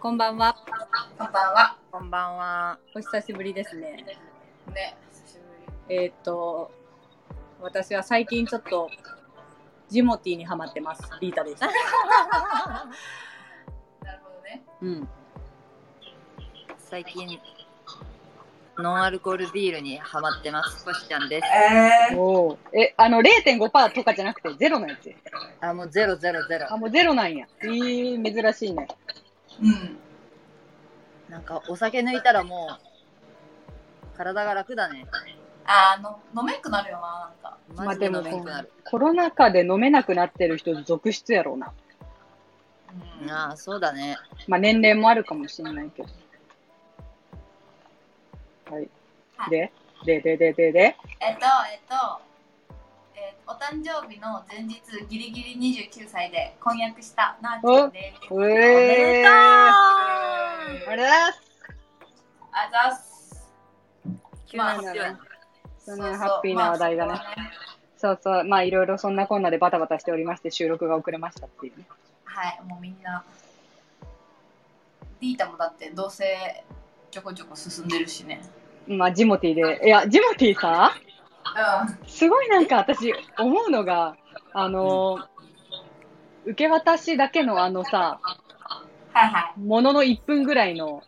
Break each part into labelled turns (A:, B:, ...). A: こんばんは。
B: こんばんは。
C: こんばんは。
A: お久しぶりですね。
B: ね、久しぶり。
A: えーっと、私は最近ちょっと、ジモティーにハマってます。リータです。
B: なるほどね。
A: うん。
C: 最近、ノンアルコールビールにハマってます。コシちゃんです。
B: え
D: おお。え、あの、0.5%とかじゃなくて、ゼロのやつ。
C: あ、もうゼロゼロゼロ
D: あ、。もうゼロなんや。えー、珍しいね。
B: ー、うん。
C: なんかお酒抜いたらもう、体が楽だね。
B: あーの、飲めんくなるよな、なんか。
D: まあ
C: マジ
D: で
C: で
D: も
C: 飲めなくなる。
D: コロナ禍で飲めなくなってる人続出やろうな。
B: うん。
C: ああ、そうだね。
D: まあ、年齢もあるかもしれないけど。はい。で、で、で、で、で、で、
B: えっと、えっと、えーお誕生日の前日ギリギリ29歳で婚約したなあちゃんです。
D: う
C: おめで
D: え
C: と
D: ー
C: う
B: えー
D: あれだ
B: あざっす。
C: 急な発表
D: まあ
C: や
D: そのハッピーな話題がね
B: まあそこはね
D: そうそう、まあいろいろそんなこんなでバタバタしておりまして収録が遅れましたっていうね。
B: はい、もうみんな。リータもだって、どうせちょこちょこ進んでるしね。
D: まあジモティで、いや、ジモティさ、
B: う
D: すごいなんか私思うのが、あのー、受け渡しだけのあのさ、
B: ん。はいはい。
D: ものの1分ぐらいの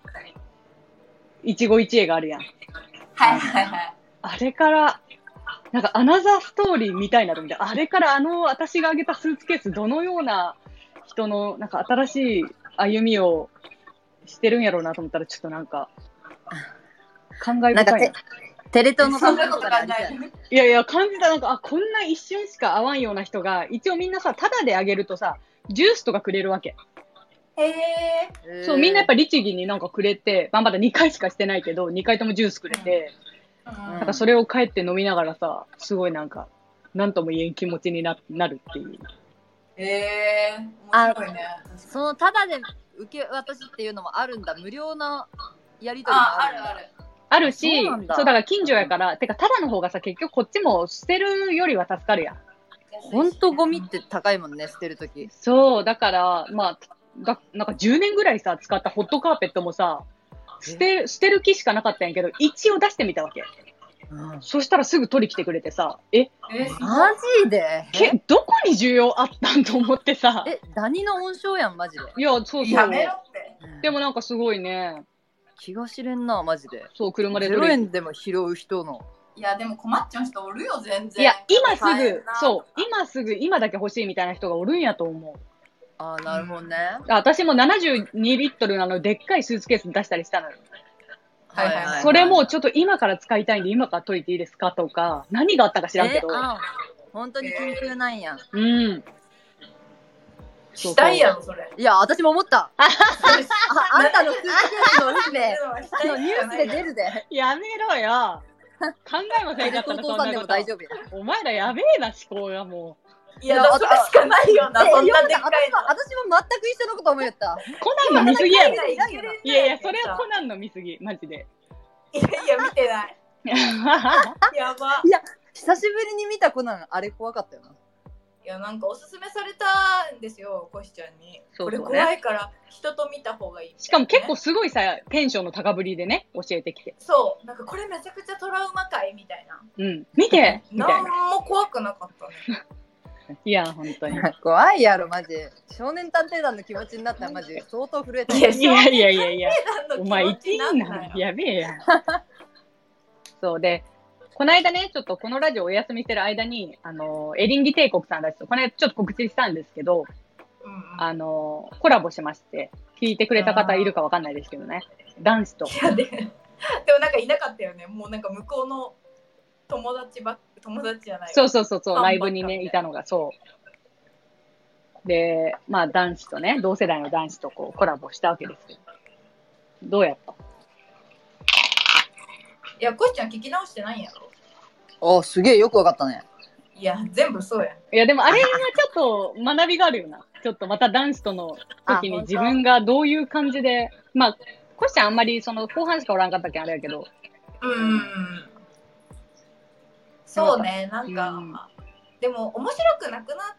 D: 一期一会があるやん。
B: はいはいはい。
D: あれから、なんかアナザーストーリーみたいなの見て、あれからあの私があげたスーツケース、どのような人のなんか新しい歩みをしてるんやろうなと思ったら、ちょっとなんか、感慨
C: なんか
D: 深いな
C: テ、テレ東の
B: そんなこと考
C: あれじゃ
B: え
C: ん
B: てない。
D: いやいや、感じた、なんか、あ、こんな一瞬しか会わんような人が、一応みんなさ、タダであげるとさ、ジュースとかくれるわけ。
B: へえ。
D: そう、みんなやっぱ
C: り。
D: 律儀になんかくれて、まあ、まだ2回しかしてないけど、2回ともジュースくれて、
B: うん
D: なんかそれを帰って飲みながらさ、すごいなんか、なんとも言えん気持ちにななるっていう。
B: へえ。面白いね。
C: その、ただで受け渡しっていうのもあるんだ。無料のやりとりも
B: あ、
C: あ
B: あ
C: るん
B: る
C: だ。
B: ある。
D: あるし、
C: そう
D: そ
C: な
D: うんだ
C: だ
D: から近所やから、てかタダの方がさ、結局こっちも捨てるよりは助かるやん。
C: ほんとゴミって高いもんね、捨てるとき。
D: そう、だから、まあ、だなんか10年ぐらいさ、使ったホットカーペットもさ、捨て、捨てる気しかなかったんやけど、一応出してみたわけ。
C: マ
D: そしたらすぐ取り来てくれてさ、え、
B: え、すごい
C: ジで
D: け、どこに需要あったんと思ってさ、
C: え、ダニの温床やん、マジで。
D: いや、そうそ
B: や
D: う。
B: めろって。
D: でもなんかすごいね、
C: 気が知れんな、マジで。
D: そう、車で
C: ゼ
D: 取り
C: ロ円でも拾う人の。
B: いや、でも困っちゃう人おるよ、全然。
D: いや、今す
B: 買え
D: ぐ
B: んな、
D: そう、今すぐ、今だけ欲しいみたいな人がおるんやと思う。
C: あーなるほどね。
D: あ私も72リットルなのでっかいスーツケース出したりしたのよ。
B: はいはいはい
D: それもちょっと今から使いたいんで今から取りていいですかとか、何があったか知らんけど
C: え。あ本当に緊急なんや。
D: うん。
B: したいやろ、それ。
C: いや、私も思った。ああんたのスーツケースの運命。あの
B: の
C: ニュースで出るで。
D: やめろよ。考えませんかった
C: お
D: ら
C: 父
D: そん
C: さんで
D: な
C: も
D: こ
C: 大丈
D: と。
C: 夫や。え
D: お前らやべえな思考がもう。
B: いや、だからそれしかないよな、そん
C: よ
B: な
C: う
B: でっ
C: ちゃん
B: か
C: 私も
B: いの。
C: 私も全く一緒のこと思いよった。
D: コナンの見すぎやろ。
B: いやいや
D: いやいや、それはコナンの見すぎ、マジで。
B: いやいや、見てない。やば。
C: 久しぶりに見たコナン、あれ怖かったよな。
B: いや、なんかおすすめされたんですよ、コシちゃんに。
D: そうそう
B: こ
D: ね
B: れ怖いから、人と見た方がいい。
D: しかも結構すごいさ、テンションの高ぶりでね、教えてきて。
B: そう、なんかこれめちゃくちゃトラウマ界みたいな。
D: うん。見てみた
B: な
D: な。
B: いんも怖くなかったね。
D: いや、本当に。
C: 怖いやろ、マジ。少年探偵団の気持ちになったら、マジ相当震えた。
B: いや
D: いやいやいやいや、お前一
B: 一
D: 位な の。やべえやん。そうで、この間ね、ちょっとこのラジオお休みしてる間に、あの、エリンギ帝国さんたちと、この間ちょっと告知したんですけど、
B: うんうん
D: あの、コラボしまして、聞いてくれた方いるかわかんないですけどね、男子と。
B: いやででもなんかいなかったよねもうなんか向こうの友達ばっ友達じゃない
D: そうそうそうそう、
B: 看板
D: ライブに
B: か
D: ね、
B: み
D: い
B: たい
D: たのが、そう。で、まあ男子とね、同世代の男子とこうコラボしたわけですよ。どうやった
B: いやコシちゃん聞き直してないんやろ
C: おすげえよくわかったね。
B: いや全部そうやん
D: いや、でもあれがちょっと学びがあるよな。ちょっとまた男子との時に
C: あ
D: 自分がどういう感じで、まあ、コシちゃんあんまりその後半しかおらんかったけんあれやけど、
B: うんそうねなんか、
D: うん
B: でも面白くなくなっ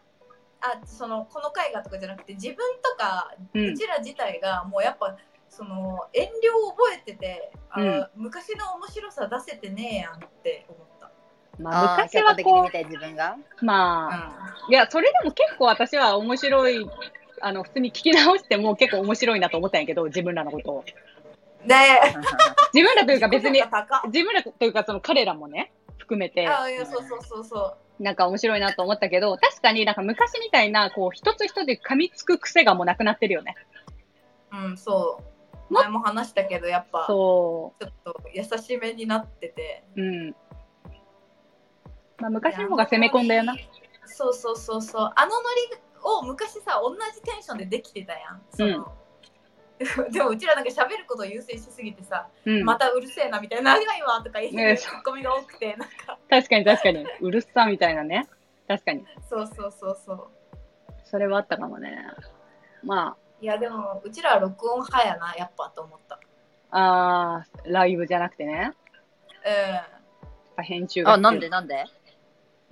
B: あそのこの回がとかじゃなくて自分とか
D: う。
B: うんちら自体がもうやっぱその遠慮を覚えててあ、
D: うん
B: 昔の面白さ出せてねえやんって思った。
D: まあ、
C: あー
D: 昔
C: 客観
D: は
C: 的に
D: こ
C: 見て自分が。
D: う、まあ、いや、それでも結構私は面白い、あの、普通に聞き直しても結構面白いなと思ったんやけど、自分らのことを。
B: うん、で、
D: 自分ら というか別に、
B: 高っ
D: 自分らというかその彼らもね、含めて、
B: あいやそうそうそうそう。
D: なんか面白いなと思ったけど、確かになんか昔みたいな、こう、一つ一つ噛みつく癖がもうなくなってるよね。
B: うん、そう。
D: も
B: 前も話したけど、やっぱ、ちょ
D: そ
B: っと優しめになってて。
D: う。うん。まあ、昔の方が攻め込んだよな。。
B: そうそうそうそう。あのノリを昔さ、同じテンションでできてたやん。その でもうちらなんか喋ることを優先しすぎてさ、
D: うん。
B: またうるせえなみたいな、長いわとか言
D: ね
B: うツッコミが多くて、なんか、
D: 確かに確かに。うるさみたいなね。確かに。
B: そうそうそうそう。
D: それはあったかもね。ま
B: いや、でもうちらは録音派やな、やっぱと思った。
D: あ、あーライブじゃなくてね。やっ
B: うん。
D: ぱ編集が
C: あ、
D: 必要
C: なんでなんで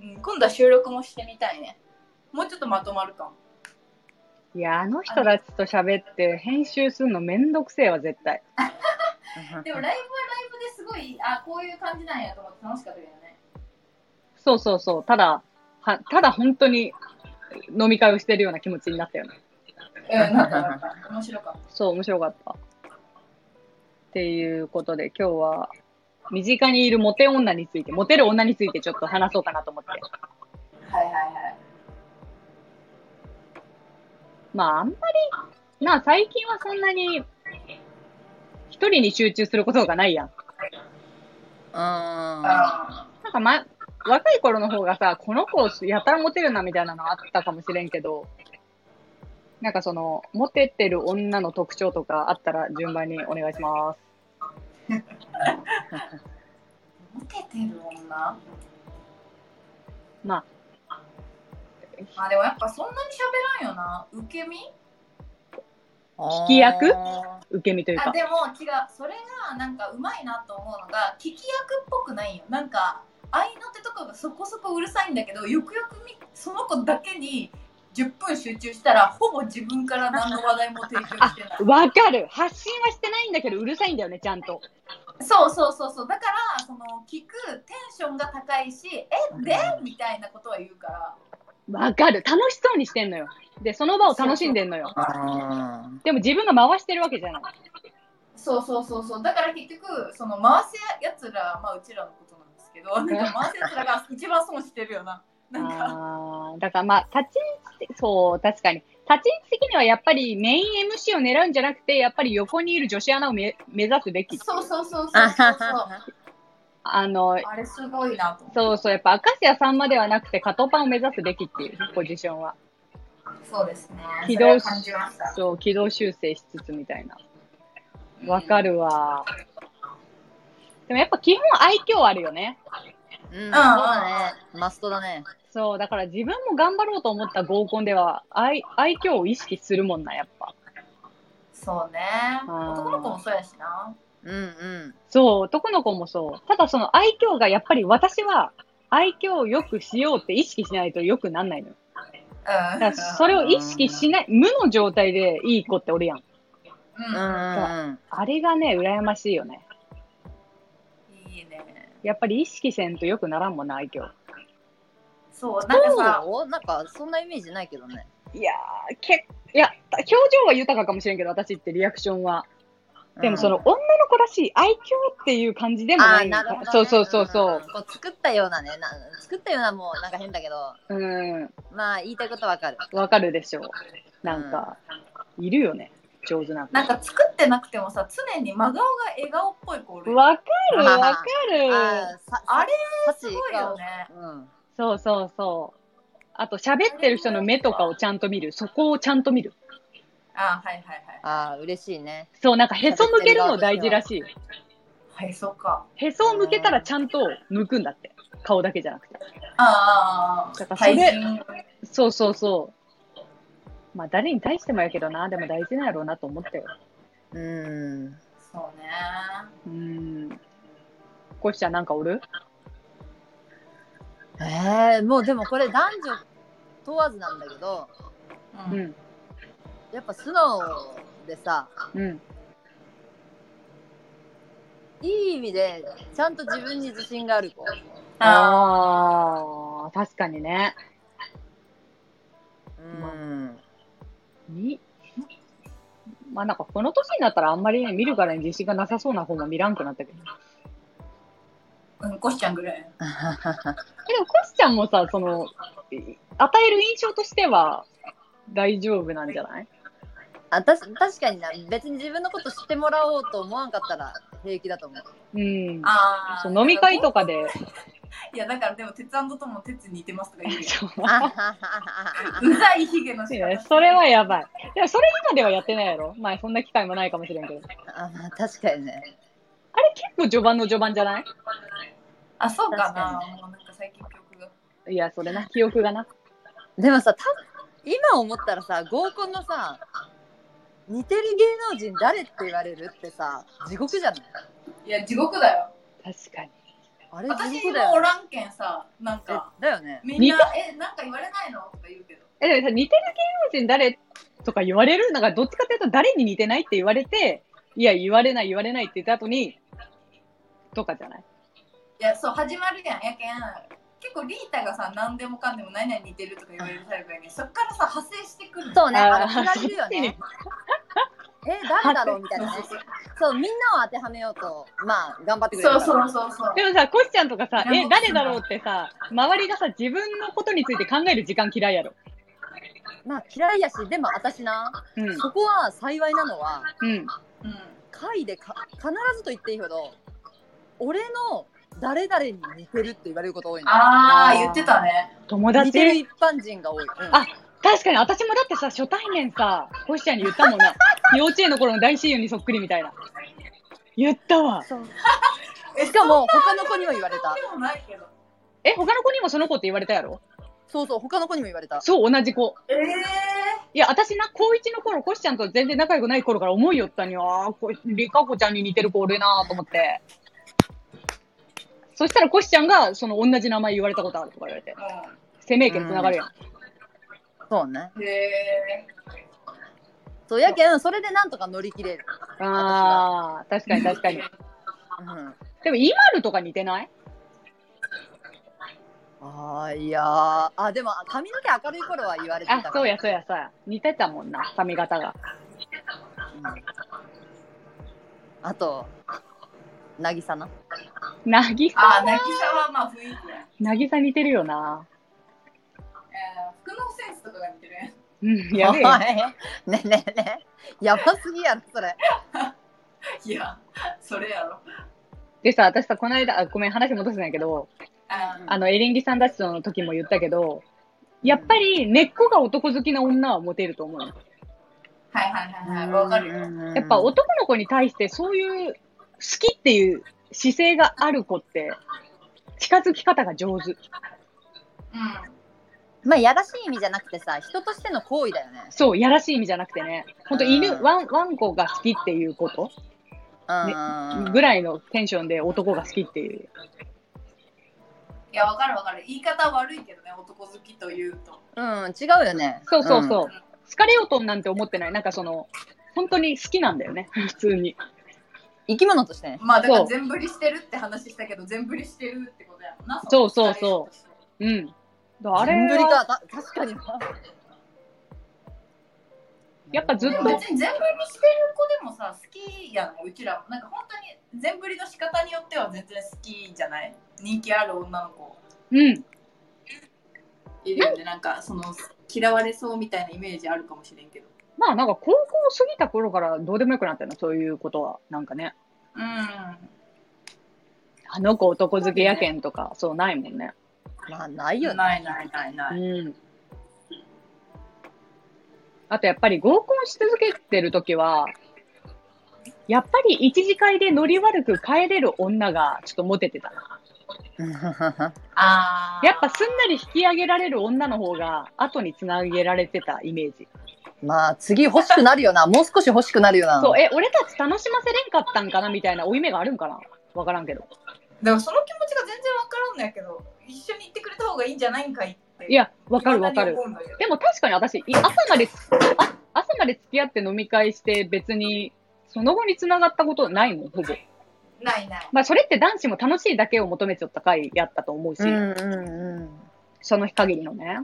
B: うん今度は収録もしてみたいね。もうちょっとまとまるかも。
D: いや、あの人たちと喋って編集するのめんどくせえわ、絶対。
B: でもライブはライブですごい、あ、こういう感じなんやと思って楽しかったけどね。
D: そうそうそう。ただ、はただ本当に飲み会をしてるような気持ちになったよね。
B: うん、なんかなんか面白かっ
D: そう、面白かった。っていうことで、今日は、身近にいるモテ女について、モテる女についてちょっと話そうかなと思って。
B: た。はいはいはい。
D: まあ、あんまり、なあ、最近はそんなに、一人に集中することがないやん。
C: うーん。
B: あ
D: なんか、ま、若い頃の方がさ、この子やたらモテるなみたいなのあったかもしれんけど、なんかその、モテてる女の特徴とかあったら順番にお願いします。
B: ーモテてる女ま
D: ま
B: あでもやっぱそんなに喋らんよな。受け身
D: 聞き役
C: あ
D: 受け身という
B: あ
D: か。
B: でも違う。それがなんかうまいなと思うのが、聞き役っぽくないよ。なんか、合いの手とかがそこそこうるさいんだけど、よくよくみその子だけに10分集中したら、ほぼ自分から何の話題も提供して ない。
D: わかる発信はしてないんだけど、うるさいんだよね、ちゃんと。
B: そうそうそうそうだからその聞くテンションが高いしえでみたいなことは言うから
D: わかる楽しそうにしてんのよ。で、その場を楽しんでんのよ。
C: ーあー。
D: でも自分が回してるわけじゃない。
B: そうそうそうそうだから結局その回すやつらまあうちらのことなんですけどなんか回すやつらが一番損してるよななんか
D: ああーだからまあ、立ち位置って、そう、確かに。立ち位置的にはやっぱりメイン MC を狙うんじゃなくて、やっぱり横にいる女子アナをめ目指すべき。
B: そうそうそうそうそうそう
D: あの、
B: あれすごいなと思
D: そうそう、やっぱ明石家さんまではなくて、カトパンを目指すべきっていうポジションは。
B: うそうですね
D: 軌
B: それ
D: 道
B: は感じました
D: そう、軌道修正しつつみたいな。わかるわ。でもやっぱ基本愛嬌あるよね。
C: うん、そううんだね。マストだね。
D: そう、だから自分も頑張ろうと思った合コンでは、愛愛嬌を意識するもんな、やっぱ。
B: そうね
D: ん
B: 男の子もそうやしな
C: うんうん。
D: そう、男の子もそう。ただその愛嬌がやっぱり私は愛嬌をよくしようって意識しないとよくなんないのよ。
B: う
D: だ
B: ん
D: からそれを意識しない、無の状態でいい子っておるやん。
B: う
C: うんうんん
D: あれがね、羨ましいよね。
B: いいね
D: やっぱり意識せんとよくならんもんな、愛嬌。
B: そうなんかさ
C: そうなんかそんなイメージないけどね。
D: いやー、けいや、表情は豊かかもしれんけど、私ってリアクションは。でもその、
C: うん、
D: 女の子らしい愛嬌っていう感じでも
C: あ
D: な
C: ー
D: い
C: なるほどね、
D: そうそうそうそ
C: んこう作ったようなねな、作ったようなもうなんか変だけど、
D: う。うん、
C: まあ言いたいことわかる。
D: わかるでしょう。なんか、いるよね、上手な子
B: なんか作ってなくてもさ常に真顔が笑顔っぽい子おるよ
D: わかる、わか
C: あ
D: る。
C: ーさ
B: あれ
C: さ
B: すごいよね
C: うん。
D: そうそうそう。あと、喋ってる人の目とかをちゃんと見る。そこをちゃんと見る。
B: あはいはいはい
C: ああ、嬉しいね。
D: そう、なんかへそ向けるの大事らしい。
B: はいそうか
D: へそを向けたらちゃんと向くんだって。顔だけじゃなくて。
B: ああ
D: だからそ
B: 対
D: れ
B: 人
D: そうそうそう。まあ、誰に対してもやけどな、でも大事なんやろうなと思ったよ。
C: うん。
B: そうね
D: うーん。こしちゃんなんかおる
C: えー、もうでもこれ男女問わずなんだけど
D: う
B: うん
D: ん、
C: やっぱ素直でさ
D: うん、
C: いい意味でちゃんと自分に自信がある子、
B: あ
D: ああ、確かにね。
C: うん、
D: にまあなんかこの年になったらあんまりね、見るからに自信がなさそうな方も見らんくなったけど。
B: ーうんこしちゃんぐら
D: え
B: い
D: でもコシちゃんもさ、その、い与える印象としては大丈夫なんじゃない
C: あたし確かにな別に自分のこと知ってもらおうと思わんかったら平気だと思う
D: うん。
B: あ
D: そ
B: あ
D: う飲み会とかで。
B: いやだからでも「鉄とも鉄似てます」とか言う よ
D: そう
B: うざいヒゲの仕方
D: ねそれはやばい。でもそれ今ではやってないやろまあそんな機会もないかもしれんけど。結
C: あまあ確かにね
D: 構序盤の序盤じゃない
B: あそうかな
C: 確か
B: もうなんか最近記憶が
D: いや、それな、記憶がな。
C: でもさた今思ったらさ合コンのさ似てる芸能人誰って言われるってさ地獄じゃない
B: いや地獄だよ
D: 確かに。
C: あれ地
B: 私
C: 獄
B: も
C: だよ
B: お
C: ね
B: らんけんさなん
C: え
B: か
C: だよね
B: みんな「えなんか言われないの?」とか言うけど
D: え、でもさ、似てる芸能人誰とか言われるなんかどっちかっていうと誰に似てないって言われて、いや、言われない言われないって言った後に、とかじゃない
B: いやそう始まるやんやけん結構リータがさ何でもかんでも何々似てるとか言われるタイプやけんそっからさ派生してくるの
C: そうね
D: あー
C: あれ振られるよねえ誰だろうみたいなねそうみんなを当てはめようとまあ頑張ってくれ
B: そ
C: る
B: う
C: から
B: そうそうそう
D: でもさ、コシちゃんとかさ、
B: いや
D: え、誰だろうってさ、周りがさ、自分のことについて考える時間嫌いやろ。
C: まあ嫌いやしでも私な
D: うん。
C: そこは幸いなのは
D: うん。
B: うん
C: 会でか必ずと言っていいほど俺の誰々に似てるって言われること多いの
B: あ
D: あー
B: あ言ってたね
D: 友
C: 似てる
D: 達
C: 一般人が多い、うん
D: あ確かに、私もだってさ、初対面さ、コシちゃんに言ったもん な。幼稚園の頃の大親友にそっくりみたいな。言ったわ。
B: え
C: しかも他の子にも言われた
B: でもないけど
D: え、他の子にもその子って言われたやろ
C: そうそう他の子にも言われた
D: そう、同じ子。
B: ええ
D: いや、私な、高一の頃、コシちゃんと全然仲良くない頃から思いよったに、ああ、こリカコちゃんに似てる子おるなーと思って。そしたらコシちゃんが、その同じ名前言われたことあるとか言われて。生命権つながるやん。
C: そうね
B: うんへえ
C: そうやけんそれでなんとか乗り切れる、
D: ああ、確かに確かに。
C: うん、
D: でも、イマルとか似てない
C: あーいやーあでも髪の毛明るい頃は言われて
D: あ
C: たか、ら
D: そうやそうやそうや。似てたもんな、髪型が。
C: あと渚な
D: なぎさ、
B: ああ渚はまあ雰囲気や
D: なぎさ似てるよな。
B: えー服のセンスとかが似てるね
D: うん、やべえよ。
C: おいねねねやばすぎやろそれ
B: いやそれやろ
D: でさ、私さ、この間、あごめん、話戻すんやけど、
B: あ
D: あの、エリンギさんたちの時も言ったけど、やっぱり根っこが男好きな女はモテると思うの。
B: ーはいはいはいはいわかるよ
D: やっぱ男の子に対してそういう好きっていう姿勢がある子って、近づき方が上手。
B: う
C: まあやらしい意味じゃなくてさ人としての行為だよね
D: そう、やらしい意味じゃなくてね、ほんと
C: う
D: 犬、
C: ん
D: ワン、ワンコが好きっていうこと
C: うん
D: ぐらいのテンションで男が好きっていう。
B: んいやわかるわかる言い方悪いけどね男好きというと
C: うん違うよね
D: そうそうそう。
B: うん
D: 好かれようとなんて思ってない。なんかその、本当に好きなんだよね、 普通に。
C: 生き物としてね
B: まあだか
D: そ
B: ら
D: う
B: 全振りしてるって話したけど全振りしてるってことやもんな
D: そうそうそううん。だからあれ
C: ぶり
D: は、
C: かた確かに
D: やっぱずっ
B: で
D: と
B: も別に全振りしてる子でもさ好きやんうちらもなんか本当に全振りの仕方によっては全然好きじゃない人気ある女の子
D: うん。
B: いるよねなんかその嫌われそうみたいなイメージあるかもしれんけど
D: まあなんか高校過ぎた頃からどうでもよくなったの、そういうことは。なんかね。
B: うん
D: あの子男好きやけんとか、そうないもんね。
C: まあないよね
B: ないないないない、
D: うん。あとやっぱり合コンし続けてるときは、やっぱり一次会でノリ悪く帰れる女がちょっとモテてたな。
B: あー
D: やっぱすんなり引き上げられる女の方が後につなげられてたイメージ。
C: まあ次欲しくなるよなもう少し欲しくなるよな
D: そう、え、俺たち楽しませれんかったんかなみたいな負い目があるんかなわからんけど。
B: だからその気持ちが全然わからんのやけど一緒に行ってくれた方がいいんじゃないんかいってって。
D: いや、わかるわかる
B: 未。だに思うんだけど
D: でも確かに私、い朝まで、あ朝まで付き合って飲み会して別に、その後に繋がったことないもん、ほぼ。
B: ないない。
D: まあ、それって男子も楽しいだけを求めちゃった回やったと思うし、
C: うんうんうん。
D: その日限りのね。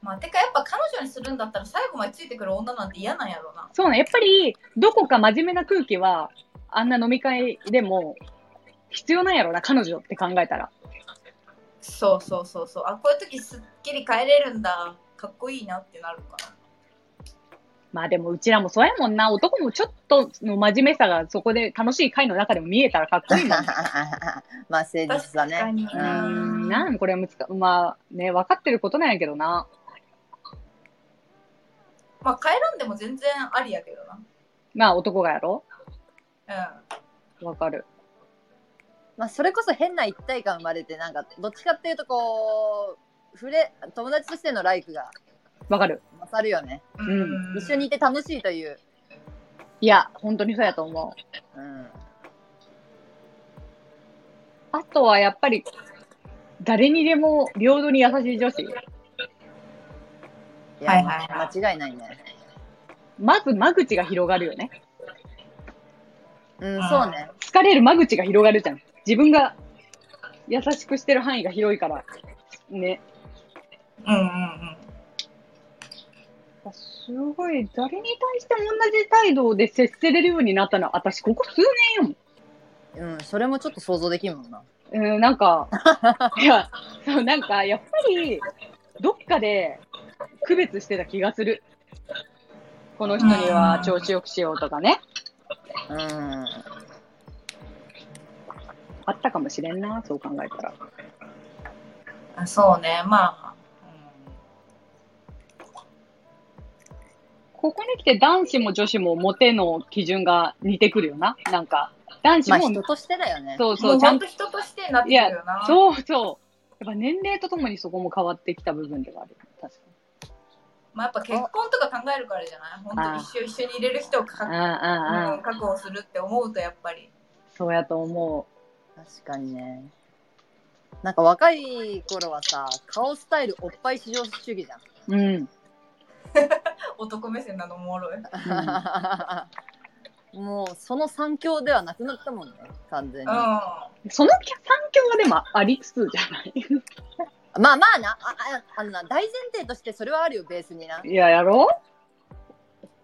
B: まあ、てかやっぱ彼女にするんだったら最後までついてくる女なんて嫌なんやろうな。
D: そうね、やっぱり、どこか真面目な空気は、あんな飲み会でも、必要なんやろな、彼女って考えたら。
B: そうそうそうそう。あ、こういう時すっきり帰れるんだ。かっこいいなってなるかな。
D: まあでも、うちらもそうやもんな、男もちょっとの真面目さが、そこで楽しい回の中でも見えたらかっこいいもん。
C: まあ誠実だね。
B: 確かに
D: うー
B: な
C: うん
D: ん、なんこれは難か、まあね、分かってることなんやけどな。
B: まあ、帰らんでも全然ありやけど
D: まあ男がやろ
B: な。
D: わかる。
C: まあそれこそ変な一体感生まれてなんかどっちかっていうとこう触れ友達としてのライクが
D: わかる。
C: 勝るよね。
B: うん。
D: うん
C: 一緒にいて楽しいという。
D: いや、本当にそうやと思う。
C: うん。
D: あとはやっぱり、誰にでも平等に優しい女子。
C: いや
B: はいはいはい
C: 間違いないね。
D: まず間口が広がるよね。
C: うん
B: あー
C: そうね。
D: 疲れる間口が広がるじゃん。自分が優しくしてる範囲が広いから。ね。
B: うんうんうん。
D: すごい、誰に対しても同じ態度で接せれるようになったのは、私、ここ数年よ
C: うんそれもちょっと想像できるもんな。
D: うん、なんか、いや、そう、なんか、やっぱり、どっかで区別してた気がする。この人には調子よくしようとかね。
C: うん。
D: あったかもしれんな、そう考えたら。
B: あそうね、まあ。
D: ここに来て男子も女子もモテの基準が似てくるよな。なんか、男
C: まあ
D: 子も、
C: 人としてだよね。
D: そう
B: うん、も
D: そうう、ちゃ
B: 本
D: ん
B: 当
D: と、
B: 人としてになってるよな。
D: そうそう。やっぱ年齢とともにそこも変わってきた部分ではある。確か
B: まあ、やっぱ結婚とか考えるからじゃない本当一緒一緒に入れる人を
D: に。
B: か
D: ああ、ああ、
B: 確保するって思うとやっぱり。
D: そうやと思
C: 確かにね。なんか若い頃はさ顔スタイルおっぱい至上主義じゃん。
D: う。うん。うん
B: 男目線なのおもろい。
C: もうその三強ではなくなったもんね完全に、
B: うん。
C: まあ
D: そのきゃ三強はでもありつつじゃない
C: まあなあああのな大前提としてそれはあるよベースにない
D: や、やろ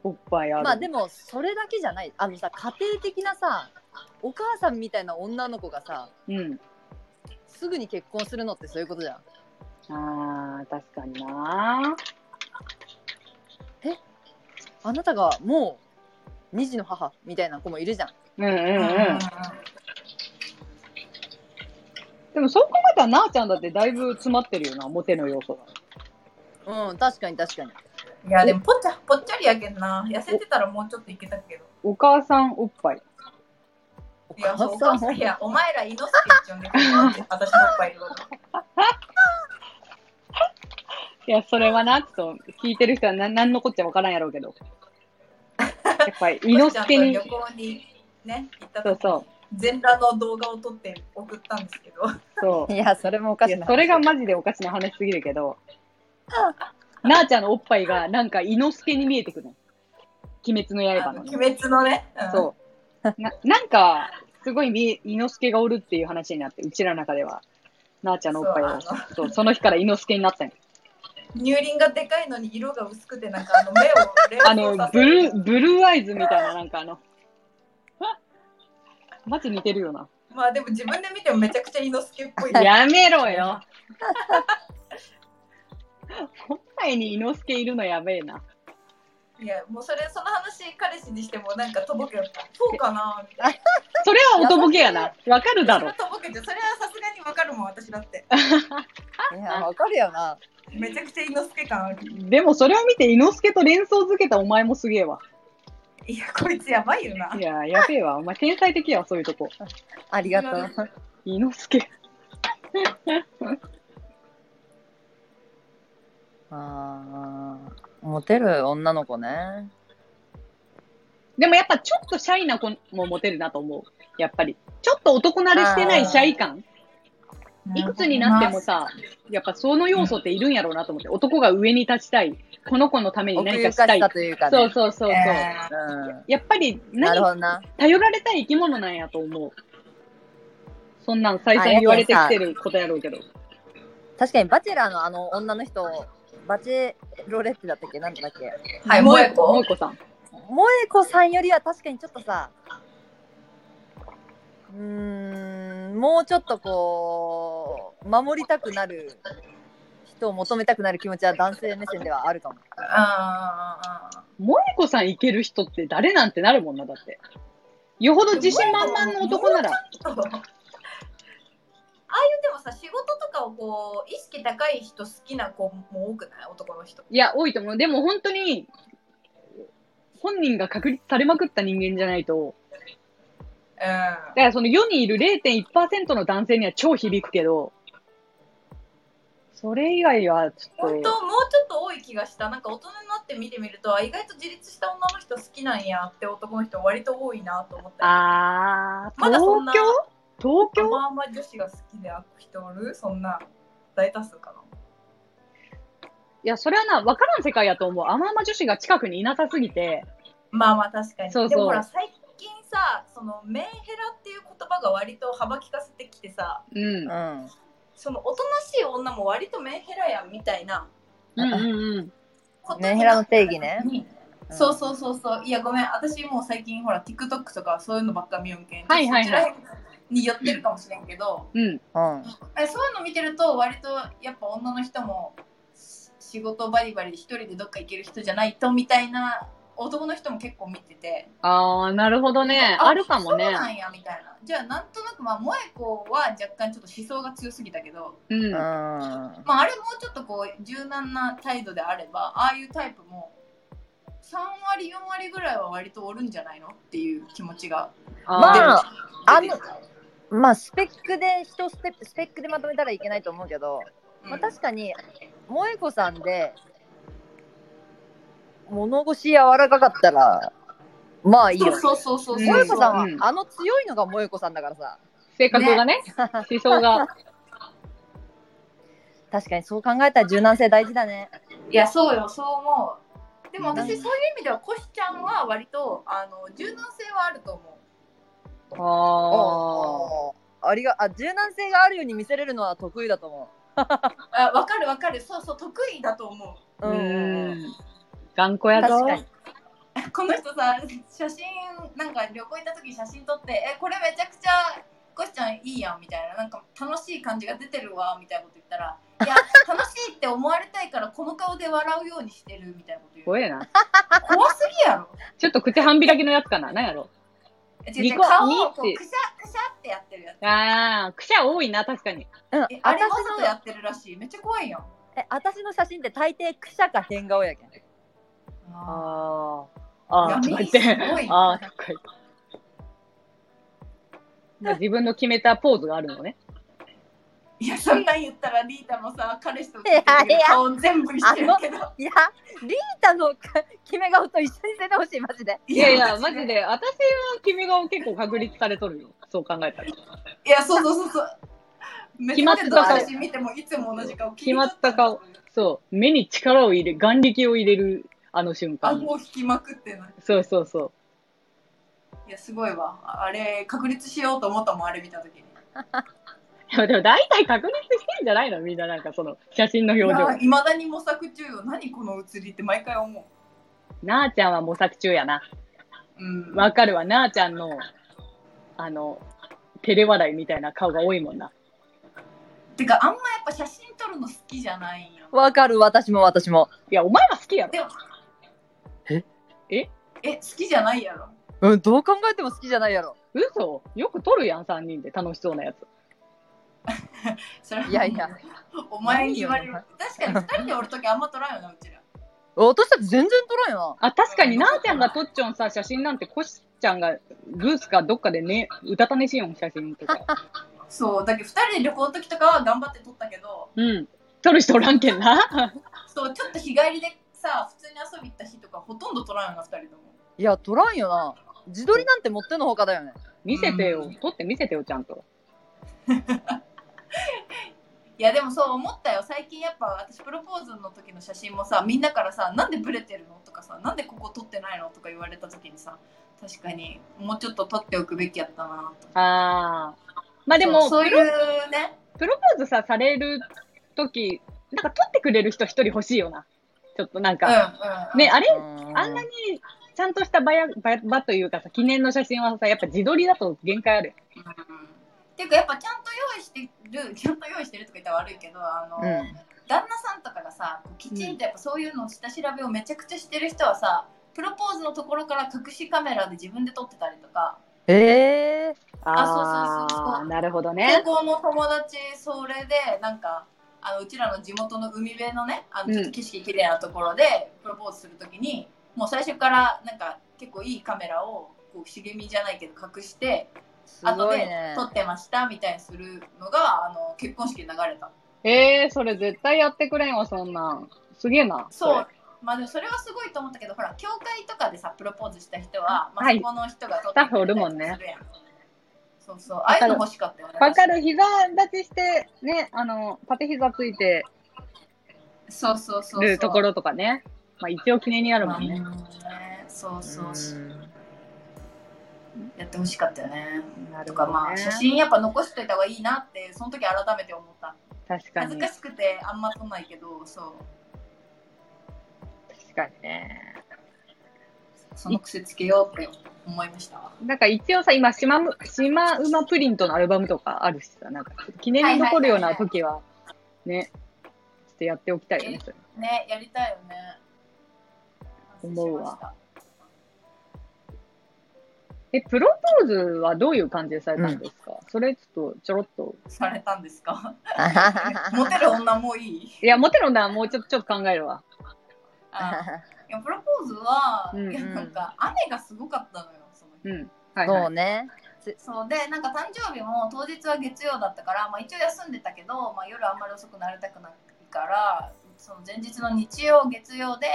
D: おっぱいある。
C: まあでもそれだけじゃないあのさ家庭的なさお母さんみたいな女の子がさ
D: うん。
C: すぐに結婚するのってそういうことじゃん
D: ああ、確かにな。
C: あなたがもう2児の母みたいな子もいるじゃん
D: うんうん
B: うん
D: うん。でもそう考えたら、なあちゃんだってだいぶ詰まってるよな、モテの要素が。
C: うん確かに確かに
B: いやでもぽっちゃぽっちゃりやけんな痩せてたらもうちょっといけたけど
D: お母さんおっぱい。
C: お
B: いや
C: 母
B: そうお
C: さ
B: 母
C: ん
B: さんいやお前ら猪之助って呼んでくれ私のおっぱいいること
D: いや、それはな、ちょっと聞いてる人はななんのこっちゃわからんやろうけど。 やっぱり、猪之助に
B: ぽっちゃん、と旅行にね行った
D: そう
B: 時
D: そう、
B: 全裸の動画を撮って送ったんですけど
D: そう。
C: いやそれもおか
D: い
C: し
D: や
C: な
D: それが
C: ま
D: マジでおかしな話すぎるけ ど、なあちゃんのおっぱいがなんか猪之助に見えてくるの。鬼滅の
B: あ
D: 刃
B: の
D: の、
B: 鬼
D: ね。
B: 滅のね、うん
D: そう。 ななんか、すごい見え猪之助がおるっていう話になって、うちらの中では、なあちゃんのおっぱいが、
B: そ
D: そううその日から猪之助になったんよ
B: 乳輪がでかいのに色が薄くてなんかあの目を連想
D: あの
B: さ、せ
D: ブ
B: る
D: ルー、ブルーアイズみたいな、なんかあの、 マジ似てるよな。
B: まあでも自分で見てもめちゃくちゃ猪之助っぽいね
D: やめろよ。おっぱいに猪之助いるのやべえな。
B: いやもうそれその話彼氏にしてもなんかとぼけよそうかなみたいな
D: それはおぼけやな。わかるだ
B: それ
D: ろ
B: は。とぼけてそれはさすがにわかるもん私だって
C: いやわかるよな
B: めちゃくちゃ猪之助感ある
D: でもそれを見て、猪之助と連想づけたお前もすげえわ。
B: いやこいつやばいよない
D: やー、やべえわ。お前天才的やわ、そういうとこ。
C: ありがとう
D: 猪之助。
C: あーモテる女の子ね。
D: でもやっぱちょっとシャイな子もモテるなと思う。やっぱり。ちょっと男慣れしてないシャイ感。いくつになってもさ、やっぱその要素っているんやろうなと思って、男が上に立ちたい、この子のために
C: 奥
D: 何
C: ゆ
D: か
C: か
D: した
C: し
D: い。
C: さというかね。
D: そうそうそうそう。
B: え
C: う
D: やっぱり
C: ん。なるほ
D: 何
C: どな。
D: 頼られたい生き物なんやと思う。そんなん再三言われてきてることやろうけど。
C: 確かに、バチェラーのあの女の人、バチェロレッテだったっけなんだっけ
B: ーはい、萌え
D: 萌
B: 子。
D: 子さん。
C: 萌子さんよりは確かにちょっとさ、うーん、もうちょっとこう、守りたくなる人を求めたくなる気持ちは男性目線ではあるかも。
B: ああ。
D: 萌子さんいける人って誰なんてなるもんな、だって。よほど自信満々の男なら。
B: ああいうでもさ仕事とかをこう意識高い人好きな子も多くない男の人
D: いや、多いと思う。でも本当に、本人が確立されまくった人間じゃないと、だ
B: う
D: からその世にいる0.1%の男性には超響くけど、それ以外はちょ
B: ん本
D: っ
B: 当
D: と、
B: もうちょっと多い気がしたなんか大人になって見てみるとあ意外と自立した女の人好きなんやって男の人割と多いなと思った
D: あー、
B: まだ
D: 東
B: そんな
D: 京東京
B: まあまあ女子が好きであく人おるそんな大多数か
D: いや、それはな、わからん世界やと思う。あまあま女子が近くにいなさすぎて、
B: なまあまあ確かに
D: そうそう
B: でもほら最近さそのメンヘラっていう言葉が割と幅利かせてきてさ
D: うん。
C: うん。
B: そのおとなしい女も割とメンヘラやんみたいな
D: うんうんうん。
B: ことに
C: メンヘラの定義ね
B: そうそうそうそういやごめん私もう最近ほら TikTok とかそういうのばっか見よんけん
D: はいはいはい
B: そちら辺に寄ってるかもしれんけど
D: うん。
C: うん。
B: えそういうの見てると割とやっぱ女の人もし仕事バリバリで一人でどっか行ける人じゃないとみたいな男の人も結構見てて
D: あー、なるほどね。あるかも
B: そう
D: ね。
B: なんやみたいなじゃあなんとなくまあ萌子は若干ちょっと思想が強すぎたけど、
D: うん。
C: うん。
B: まあ、あれもうちょっとこう柔軟な態度であればああいうタイプも3割4割ぐらいは割とおるんじゃないのっていう気持ちが
C: ま
D: あ
C: あ、あ
B: 出
C: の
B: てきた
C: まあ、スペックで、一ステップ、スペックでまとめたらいけないと思うけど、
B: うん
C: まあ、確かに萌子さんで物腰柔らかかったらまあいいよ
B: そうそうそうそう
D: うん
B: そう
C: 萌子さんは、
D: うん
C: あの強いのが萌子さんだからさ
D: ー、性格がね、思想 が。
C: 確かにそう考えたら柔軟性大事だね
B: いやそうよそう思うでも私、
C: うん
B: そういう意味ではコシちゃんは割とあの柔軟性はあると思
D: あー。
C: あありがあ柔軟性があるように見せれるのは得意だと思
B: うあわかるわかるそうそう得意だと思う
C: う
D: う
C: うん
D: ん。頑固やぞ。
C: 確かに
B: この人さ写真なんか旅行行った時に写真撮ってえこれめちゃくちゃコシちゃんいいやんみたいななんか楽しい感じが出てるわみたいなこと言った らいや楽しいって思われたいからこの顔で笑うようにしてるみたいなこと言う
D: 怖えな。
B: 怖すぎやろ
D: ちょっと口半開きのやつかな。なんやろ。
B: え違う違
D: ニ
B: う
D: コ
B: 顔をこ
D: ニ
B: う
D: ッチ
B: くしゃくしゃってやってるやつ
D: ああ、くしゃ多いな、確かに。
C: うん
B: えあ
C: 私
B: れわざとや
C: の
B: ってるらしいめっちゃ怖いやん
C: え私の写真って大抵くしゃか変顔やけん
D: ああ。ああ、とか言っ
B: いや
D: て
B: みんなすごい。
D: ああ、とか言って。まあ、自分の決めたポーズがあるのね。
B: いや、そんなん言ったらリータもさ、彼氏と
C: いやいや
B: 顔全部一緒やけど。
C: いやリータのか決め顔と一緒にせてほしいマジで
D: いやいや、マジ。で、私は君が結構確立されとるよ。そう考えたら。
B: いや、そうそうそうそう。め
D: 決
B: ち
D: ま
B: ゃ
D: っ
B: く
D: た
B: ち
D: 顔
B: ゃ私見てもいつも同じ顔。
D: 決まった顔。そう。目に力を入れ、眼力を入れる、あの瞬間。
B: 顎を引きまくってない。
D: そうそうそう。
B: いや、すごいわ。あれ、確立しようと思ったもん、あれ見たときに。
D: でも、でも大体確立してんじゃないのみんななんかその、写真の
B: い
D: 表情。
B: やいまだに模索中よ。何この写りって毎回思
D: なあちゃんは模索中やな。
B: う。うん。
D: わかるわ、なあちゃんの、あの、照れ笑いみたいな顔が多いもんな。
B: てか、あんまやっぱ写真撮るの好きじゃないんよ。
C: わかる私も私も
D: いや、お前は好きやろ。
B: でも。
C: え
B: え、好きじゃないやろ。
C: うん、どう考えても好きじゃないやろ。
D: 嘘よく撮るやん、3人で楽しそうなやつ。
B: それはい
C: やいや。
B: お前に言われる。確かに2人でおるときあんま撮らんよな、うちら。
C: 私たち全然取らんよ
D: あ、確かになあちゃんが撮っちょんさ、写真なんて、コシちゃんがブースかどっかでね、うたたねしよん、写真とか。
B: そう、だけど2人で旅行の時とかは頑張って撮ったけど、
D: うん。撮る人おらんけんな。
B: そう、ちょっと日帰りでさ、普通に遊び行った日とかほとんど撮らんよな、2人とも。
C: な。いや、取らんよな。自撮りなんて持ってのほかだよね。
D: 見せて
B: う
D: よ
B: ん。
D: 撮って見せてよ、ちゃんと。
B: いやでもそう思ったよ最近やっぱ私プロポーズの時の写真もさみんなからさ「なんでブレてるの?」とかさ「なんでここ撮ってないの?」とか言われた時にさ確かにもうちょっと撮っておくべきやったなと
D: ああ。まあでも、
B: そうそ
D: プ
B: う
D: ロ
B: いうね
D: プロポーズさ、されるとき、なんか撮ってくれる人一人欲しいよな。ちょっとなん
B: うんう
D: か、
B: んうん
D: ね、あれ、あ
C: あ
D: んなにちゃんとした場や場場というかさ、記念の写真はさ、やっぱ自撮りだと限界ある。
B: うんっていうかやっぱちゃんと用意してるちゃんと用意してるとか言ったら悪いけどあの、
C: うん
B: 旦那さんとかがさこうきちんとやっぱそういうのを下調べをめちゃくちゃしてる人はさプロポーズのところから隠しカメラで自分で撮ってたりとか
C: えー、
B: あそうそうそうそう
D: あーなるほど
B: 高
D: ね。
B: 校の友達それでなんかあのうちらの地元の海辺のねあのちょっと景色きれいなところでプロポーズするときにもう最初からなんか結構いいカメラをこう茂みじゃないけど隠して
C: す
B: 後
C: ごい
B: で
C: ね
B: 撮。 ってましたみたいにするのがあの結婚式で流れた
D: えー、それ絶対やってくれんわ、そんなん。すげえな。
B: そ
D: れ
B: う。まあでもそれはすごいと思ったけどほら教会とかでさプロポーズした人は、まあ、
D: はい
B: そこの人が撮
D: スタッフおるもんね
B: ってくれたりとかするやんそうそうああいうの欲しかったよね
D: わかる、膝立ちして、ね、あの、縦膝ついて
B: そうそうそうそう
D: るところとかね。まあ一応記念になるもんね。
B: まあねそうそうそううんやってほしかったよね
D: なる
B: と
D: ほ
B: か
D: ど
B: まあ
D: ね
B: 写真やっぱ残しといた方がいいなってその時改めて思った
D: 確か
B: 恥ず
D: に。
B: か
D: 確
B: しくてあんま撮んないけどそう
D: かにね。
B: その癖つけようって思いましたわ
D: なんか一応さ、今、島む、島馬プリントのアルバムとかあるしさ、なんか記念に残るような時は、ね、ちょっとやっておきたいよね。それ
B: ねやりたいよね
D: 思うわ
B: 反省しました
D: え、プロポーズはどういう感じでされたんですか、それちょっとちょろっと。
B: されたんですかモテる女もういい
D: いや、もちろんな、もうちょっとちょっと考えるわ。
B: あいやプロポーズは、
D: うんうん
B: いやなんか雨がすごかったのよその日
D: うん。はい、
C: そ
D: は
C: うね。
B: そうでなんか誕生日も当日は月曜だったから、まあ、一応休んでたけど、まあ、夜あんまり遅くなりたくないからその前日の日曜月曜で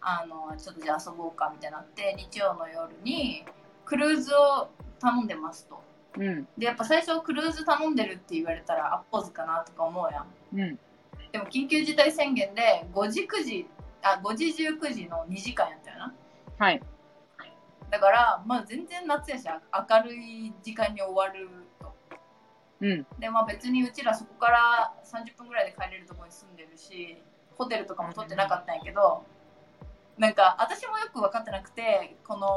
B: あのちょっとじゃあ遊ぼうかみたいになって日曜の夜にクルーズを頼んでますと
D: い。うん。
B: でやっぱ最初クルーズ頼んでるって言われたらあポーズかなとか思うやん
D: うん。
B: でも緊急事態宣言で5時9時あ5時19時の2時間やったよな
D: はい。
B: だから、まあ、全然夏やしあ明るい時間に終わると
D: うん。
B: でまあ別にうちらそこから30分ぐらいで帰れるところに住んでるしホテルとかも取ってなかったんやけどなんか私もよく分かってなくてこの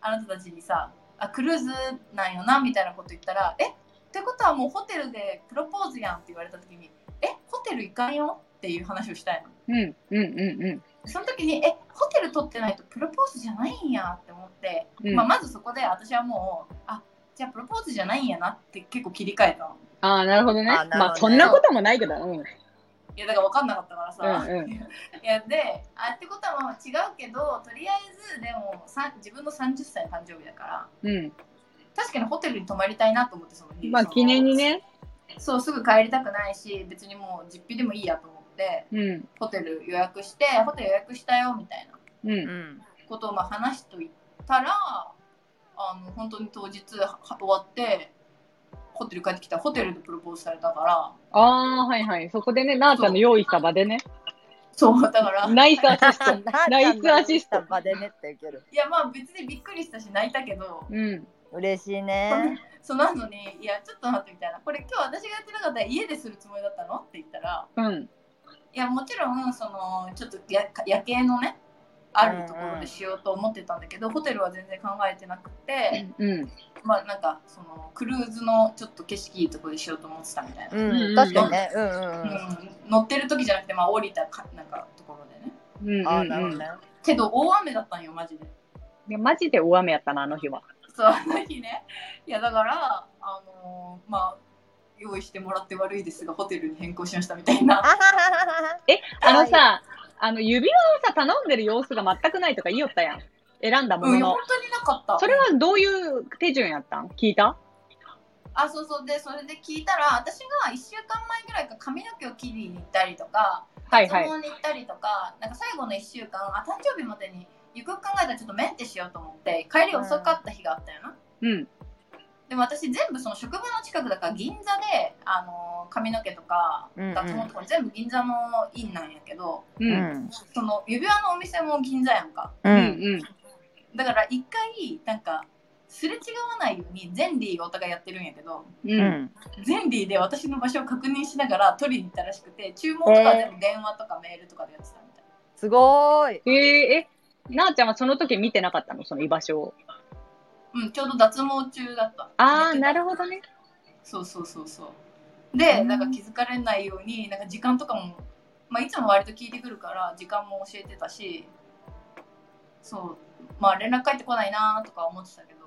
B: あなたたちにさあクルーズなんよなみたいなこと言ったらえってことはもうホテルでプロポーズやんって言われた時にえホテル行かんよっていう話をしたいの
D: うん。うん。うん。う
B: その時にえホテル取ってないとプロポーズじゃないんやって思って、
D: ん。うん、
B: まあ、まずそこで私はもうあじゃあプロポーズじゃないんやなって結構切り替えたの。
D: ああ、なるほどね。
C: あーなるほどね
D: まあ、そんなこともないけど、うん。
B: いやだから分かんなかったからさ、
D: うんうん
B: いやであってことはまあ違うけどとりあえずでもさ自分の30歳の誕生日だから
D: う
B: 確かにホテルに泊まりたいなと思ってその日
D: ん。まあ、
B: その
D: 記念にね。
B: そうすぐ帰りたくないし別にもう実費でもいいやと思って
D: うん。
B: ホテル予約してホテル予約したよみたいな
D: う。
C: うんん。
B: ことをまあ話しといたらあの本当に当日は終わってホテル帰ってきたらホテルでプロポーズされたから
D: ああ、はいはい。そこでね、なーちゃんの用意した場でね。
B: そうだから
D: ナイスアシスト。ナイスアシス
C: た
D: ト。
C: 場でねって受ける。
B: いやまあ別にびっくりしたし泣いたけど
D: うん。
C: 嬉しいね。
B: その後に「いやちょっと待って」みたいな「これ今日私がやってなかったら家でするつもりだったの?」って言ったら
D: うん。
B: 「いやもちろんそのちょっとや夜景のねあるところでしようと思ってたんだけど、ホテルは全然考えてなくて、
D: うん。
B: まあなんかそのクルーズのちょっと景色いいところでしようと思ってたみたいな、
C: う、
D: うんん
C: 確かにね。うんうん
B: う
C: うんん。
B: 乗ってる時じゃなくてまあ降りたかなんかところでね
D: うんうんうん。
C: ああ、なるほどね。
B: けど大雨だったんよマジで
D: いや、マジで大雨やったな、あの日は。
B: そうあの日ねいやだからあのーまあ用意してもらって悪いですがホテルに変更しましたみたいな
C: あはははは
D: あのさ、あの、指輪をさ、頼んでる様子が全くないとか言いよったやん。選んだも
B: うん、
D: の
B: いや
D: の
B: 本。当になかった。
D: それはどういう手順やったん聞いた
B: あ、そうそう。で、それで聞いたら、私が1週間前ぐらいから髪の毛を切りに行ったりとか、
D: はい
B: 質
D: はい。
B: 問に行ったりとか、なんか最後の1週間、あ、誕生日までに、ゆくよく考えたらちょっとメンテしようと思って、帰り遅かった日があったよな。
D: うん。
B: でも私全部その職場の近くだから銀座で、あのー髪の毛とか
C: うんうん
B: 脱毛とか全部銀座の院なんやけど、
D: うん。うん
B: その指輪のお店も銀座やんか
C: う
D: うんん。
B: だから一回なんかすれ違わないようにゼンリーがお互いやってるんやけど
D: う。
C: うんん
B: ゼンリーで私の場所を確認しながら取りに行ったらしくて注文とかは全部電話とかメールとかでやってたみたい
C: すごーい
D: えー、え、なあちゃんはその時見てなかったのその居場所を。
B: な、うん、ちょうど脱毛中だった
D: ああ、
B: 寝てた
D: なるほどね。
B: そうそうそうそうで、
C: うん
B: なんか気づかれないようになんか時間とかも、まあ、いつも割と聞いてくるから時間も教えてたしそうまあ連絡返ってこないなとか思ってたけど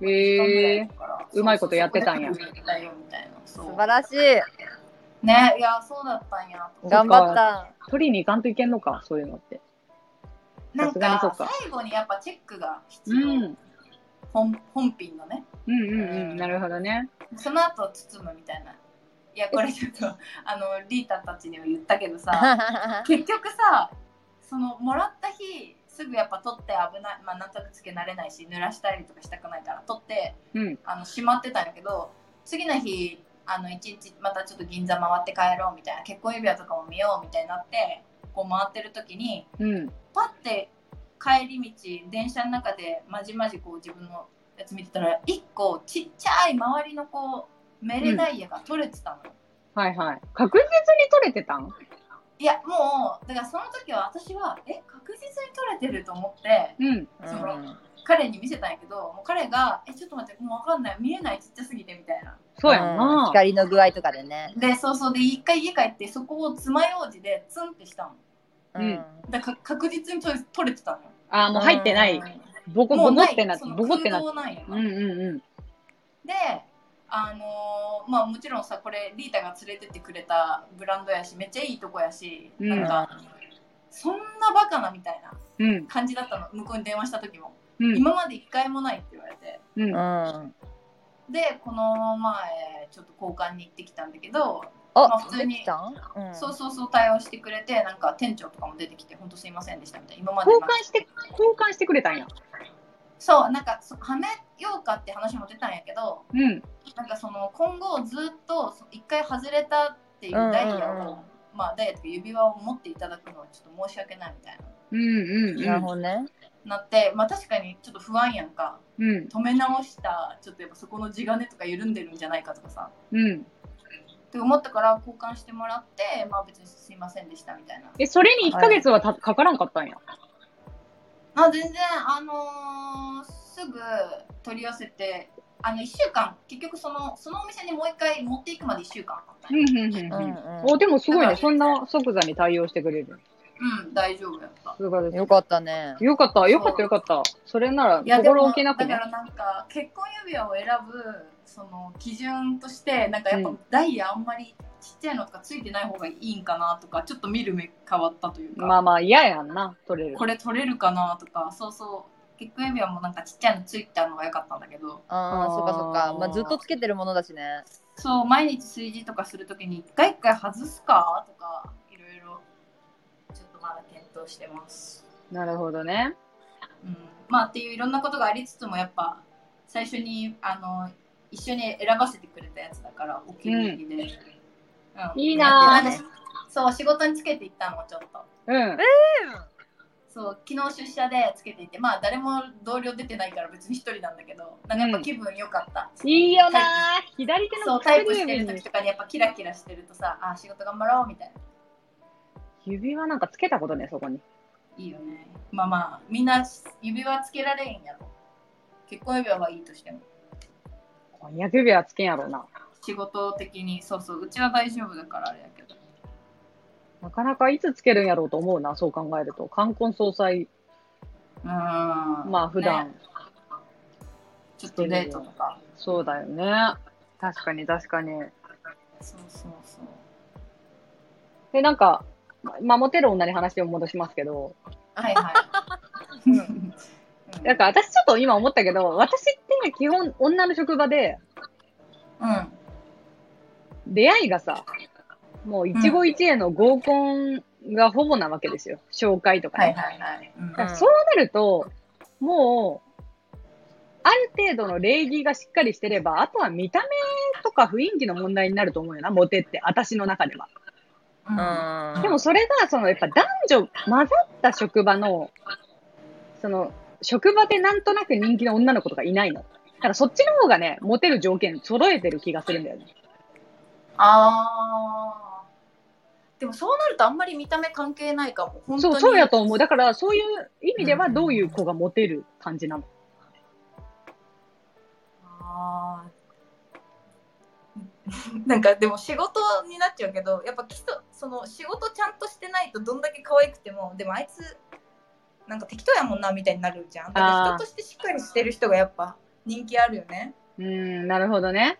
B: 時間ぐら
D: え
B: い
D: ー
B: だ、から
D: うまいことやってたんや
B: そうそうそこでよみたいなそう
C: 素晴らしい
B: ねいやそうだったんや
D: っか
C: 頑張った
D: 取りに行かんといけんのか、そういうのって。
B: な
D: さ
B: ん
D: すがにそう
B: か
D: か
B: 最後にやっぱチェックが必
D: う
B: 要、
D: ん。
B: 本本品のね
D: うんうんうん。なるほどね。
B: その後包むみたいないやこれちょっとあのリータたちにも言ったけどさ 結局さそのもらった日すぐやっぱ取って危ないまあなんとなくつけられないし濡らしたりとかしたくないから取って
D: うん。
B: あのしまってたんやけど次の日あの一日またちょっと銀座回って帰ろうみたいな結婚指輪とかも見ようみたいになってこう回ってる時に
D: うん。
B: パッて帰り道電車の中でまじまじこう自分のやつ見てたら一個ちっちゃい周りのこうメレダイヤが取れてたの、
D: はいはい。確実に取れてたん
B: いやもうだからその時は私はえ確実に取れてると思って
D: うん。
C: うん
B: 彼に見せたんやけどもう彼が「えちょっと待ってもう分かんない見えないちっちゃすぎて」みたいな
D: そうやん
C: うん
D: な。
C: 光の具合とかでね
B: でそうそうで一回家帰ってそこを爪楊枝でツンってしたの
D: うん
B: だからか確実に取れ取れてたのよ
D: ああ、もう入ってない。ボコボコってなって、ボコってなって。
B: てないよ
D: うんうんうん。
B: であのーまあもちろんさこれリータが連れてってくれたブランドやしめっちゃいいとこやし、
D: うん
B: なんかそんなバカなみたいな
D: うん。
B: 感じだったの向こうに電話した時も、
D: うん。
B: 今まで一回もないって言われて
D: うん
C: う。ん
B: でこの前ちょっと交換に行ってきたんだけど、まあ
C: あ
B: 普通
C: で
B: に
C: きたんうん
B: そうそうそう対応してくれてなんか店長とかも出てきて本当すいませんでしたみたいな今まで
D: 交
B: なんか
D: 換して、交換してくれたんや。
B: そうなんかそはめようかって話も出たんやけど
D: うん。
B: なんかその今後ずっとそ一回外れたっていうダイヤを、
C: うんうんうん
B: まあダイヤというか指輪を持っていただくのはちょっと申し訳ないみたい
D: うんうん
C: なる
D: う
C: ほどね
B: ななってまあ確かにちょっと不安やんか
D: ん。うん。
B: 止め直したちょっとやっぱそこの地金とか緩んでるんじゃないかとかさ
D: うん。
B: って思ったから交換してもらってまあ別にすいませんでしたみたいな
D: え、それに1ヶ月はたかからんかったんや。
B: あ全然あのーすぐ取り寄せてあの1週間結局そのそのお店にもう一回持っていくまで1週間あった
D: うん
B: や
D: んうんうん
C: う
D: うんん。
C: う
D: お、でもすごいね。
B: だから
D: そんな即座に対応してくれる。
B: うん大丈夫やった
D: すごい
C: んよかったね
D: よかった、よかった、よかった。それなら
B: いやで
D: 心
B: も
D: 置きなく
B: だ
D: ね
B: か。らなんか結婚指輪を選ぶその基準としてなんかやっ
D: う
B: ぱ
D: ん
B: ダイヤあんまりちっちゃいのとかついてない方がいいんかなとかちょっと見る目変わったというか、
D: まあまあ嫌やんな、取れる。
B: これ取れるかなとかそうそう結婚指輪もなんかちっちゃいのついてたのが良かったんだけど
C: あ
D: あ
C: あ
D: ー
C: そっかそっかまあずっとつけてるものだしね
B: そう毎日炊事とかするときに一回一回外すかとかいろいろちょっとまだ検討してます、
D: なるほどね。
B: うん、まあっていういろんなことがありつつもやっぱ最初にあの一緒に選ばせてくれたやつだからお気に入りで、うん
D: いいな
B: なん
D: ぁ
B: か。そう仕事につけていったのもちょっと
D: うん。
B: そう昨日出社でつけていてまあ誰も同僚出てないから別に一人なんだけどなんかやっぱ気分良かった、
D: いいよなぁ。左手
B: そ
D: の
B: うタイ
D: 薬
B: プして
D: 指
B: る時
D: に
B: とかにやっぱキラキラしてるとさあ仕事頑張ろうみたいな
D: 指輪なんかつけたことね、そこに。
B: いいよねまあまあみんな指輪つけられんやろ結婚指輪はいいとしても
D: 婚約指輪つけんやろうな。
B: 仕事的にそうそううちは大丈夫だからあれやけど
D: なかなかいつつけるんやろうと思うな、そう考えると。冠婚葬祭、
B: うーん
D: まあ普段。
B: ねちょっとデートとか
D: そうだよね。確かに確かに。
B: そうそうそう
D: で、なんか、まあ、モテる女に話を戻しますけど、
B: はいはいうん
D: なんか私ちょっと今思ったけど、私ってね、基本女の職場で、
B: うん
D: 出会いがさ、もう一期一会の合コンがほぼなわけですよ。紹介とか
B: は
D: ね。
B: いはいはい、うん
D: だからそうなると、もう、ある程度の礼儀がしっかりしてれば、あとは見た目とか雰囲気の問題になると思うよな、モテって、私の中では。
B: うん
C: うん
D: でもそれが、そのやっぱ男女混ざった職場の、その、職場でなんとなく人気の女の子とかいないの。だからそっちの方がね、モテる条件揃えてる気がするんだよね。
B: あーでもそうなるとあんまり見た目関係ないかも本当
D: そ
B: に
D: う、そうやと思う。だからそういう意味ではどういう子がモテる感じなの。
B: あー なんかでも仕事になっちゃうけどやっぱ基礎その仕事ちゃんとしてないとどんだけ可愛くてもでもあいつなんか適当やもんなみたいになるじゃんだから
D: あー
B: 人としてしっかりしてる人がやっぱ人気あるよね、
D: うーん、なるほどね。